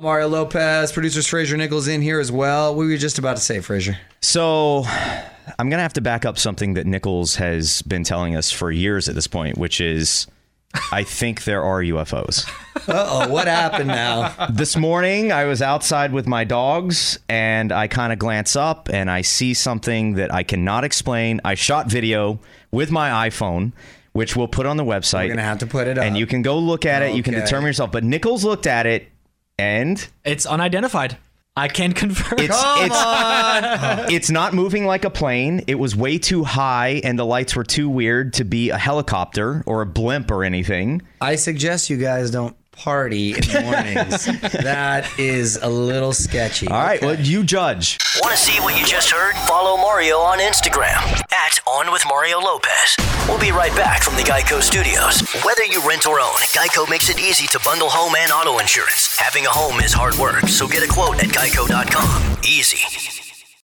Mario Lopez, producers Fraser Nichols in here as well. We were just about to say Fraser. So I'm going to have to back up something that Nichols has been telling us for years at this point, which is I think there are UFOs. Uh oh, what happened now? this morning, I was outside with my dogs and I kind of glance up and I see something that I cannot explain. I shot video with my iPhone, which we'll put on the website. We're gonna have to put it up. and you can go look at it. You can Okay. determine yourself. But Nichols looked at it and It's unidentified. I can confirm. It's it's, it's not moving like a plane. It was way too high, and the lights were too weird to be a helicopter or a blimp or anything. I suggest you guys don't party in the mornings. that is a little sketchy. All right, well, you judge. Want to see what you just heard? Follow Mario on Instagram at On With Mario Lopez. We'll be right back from the Geico Studios. Whether you rent or own, Geico makes it easy to bundle home and auto insurance. Having a home is hard work, so get a quote at geico.com. Easy.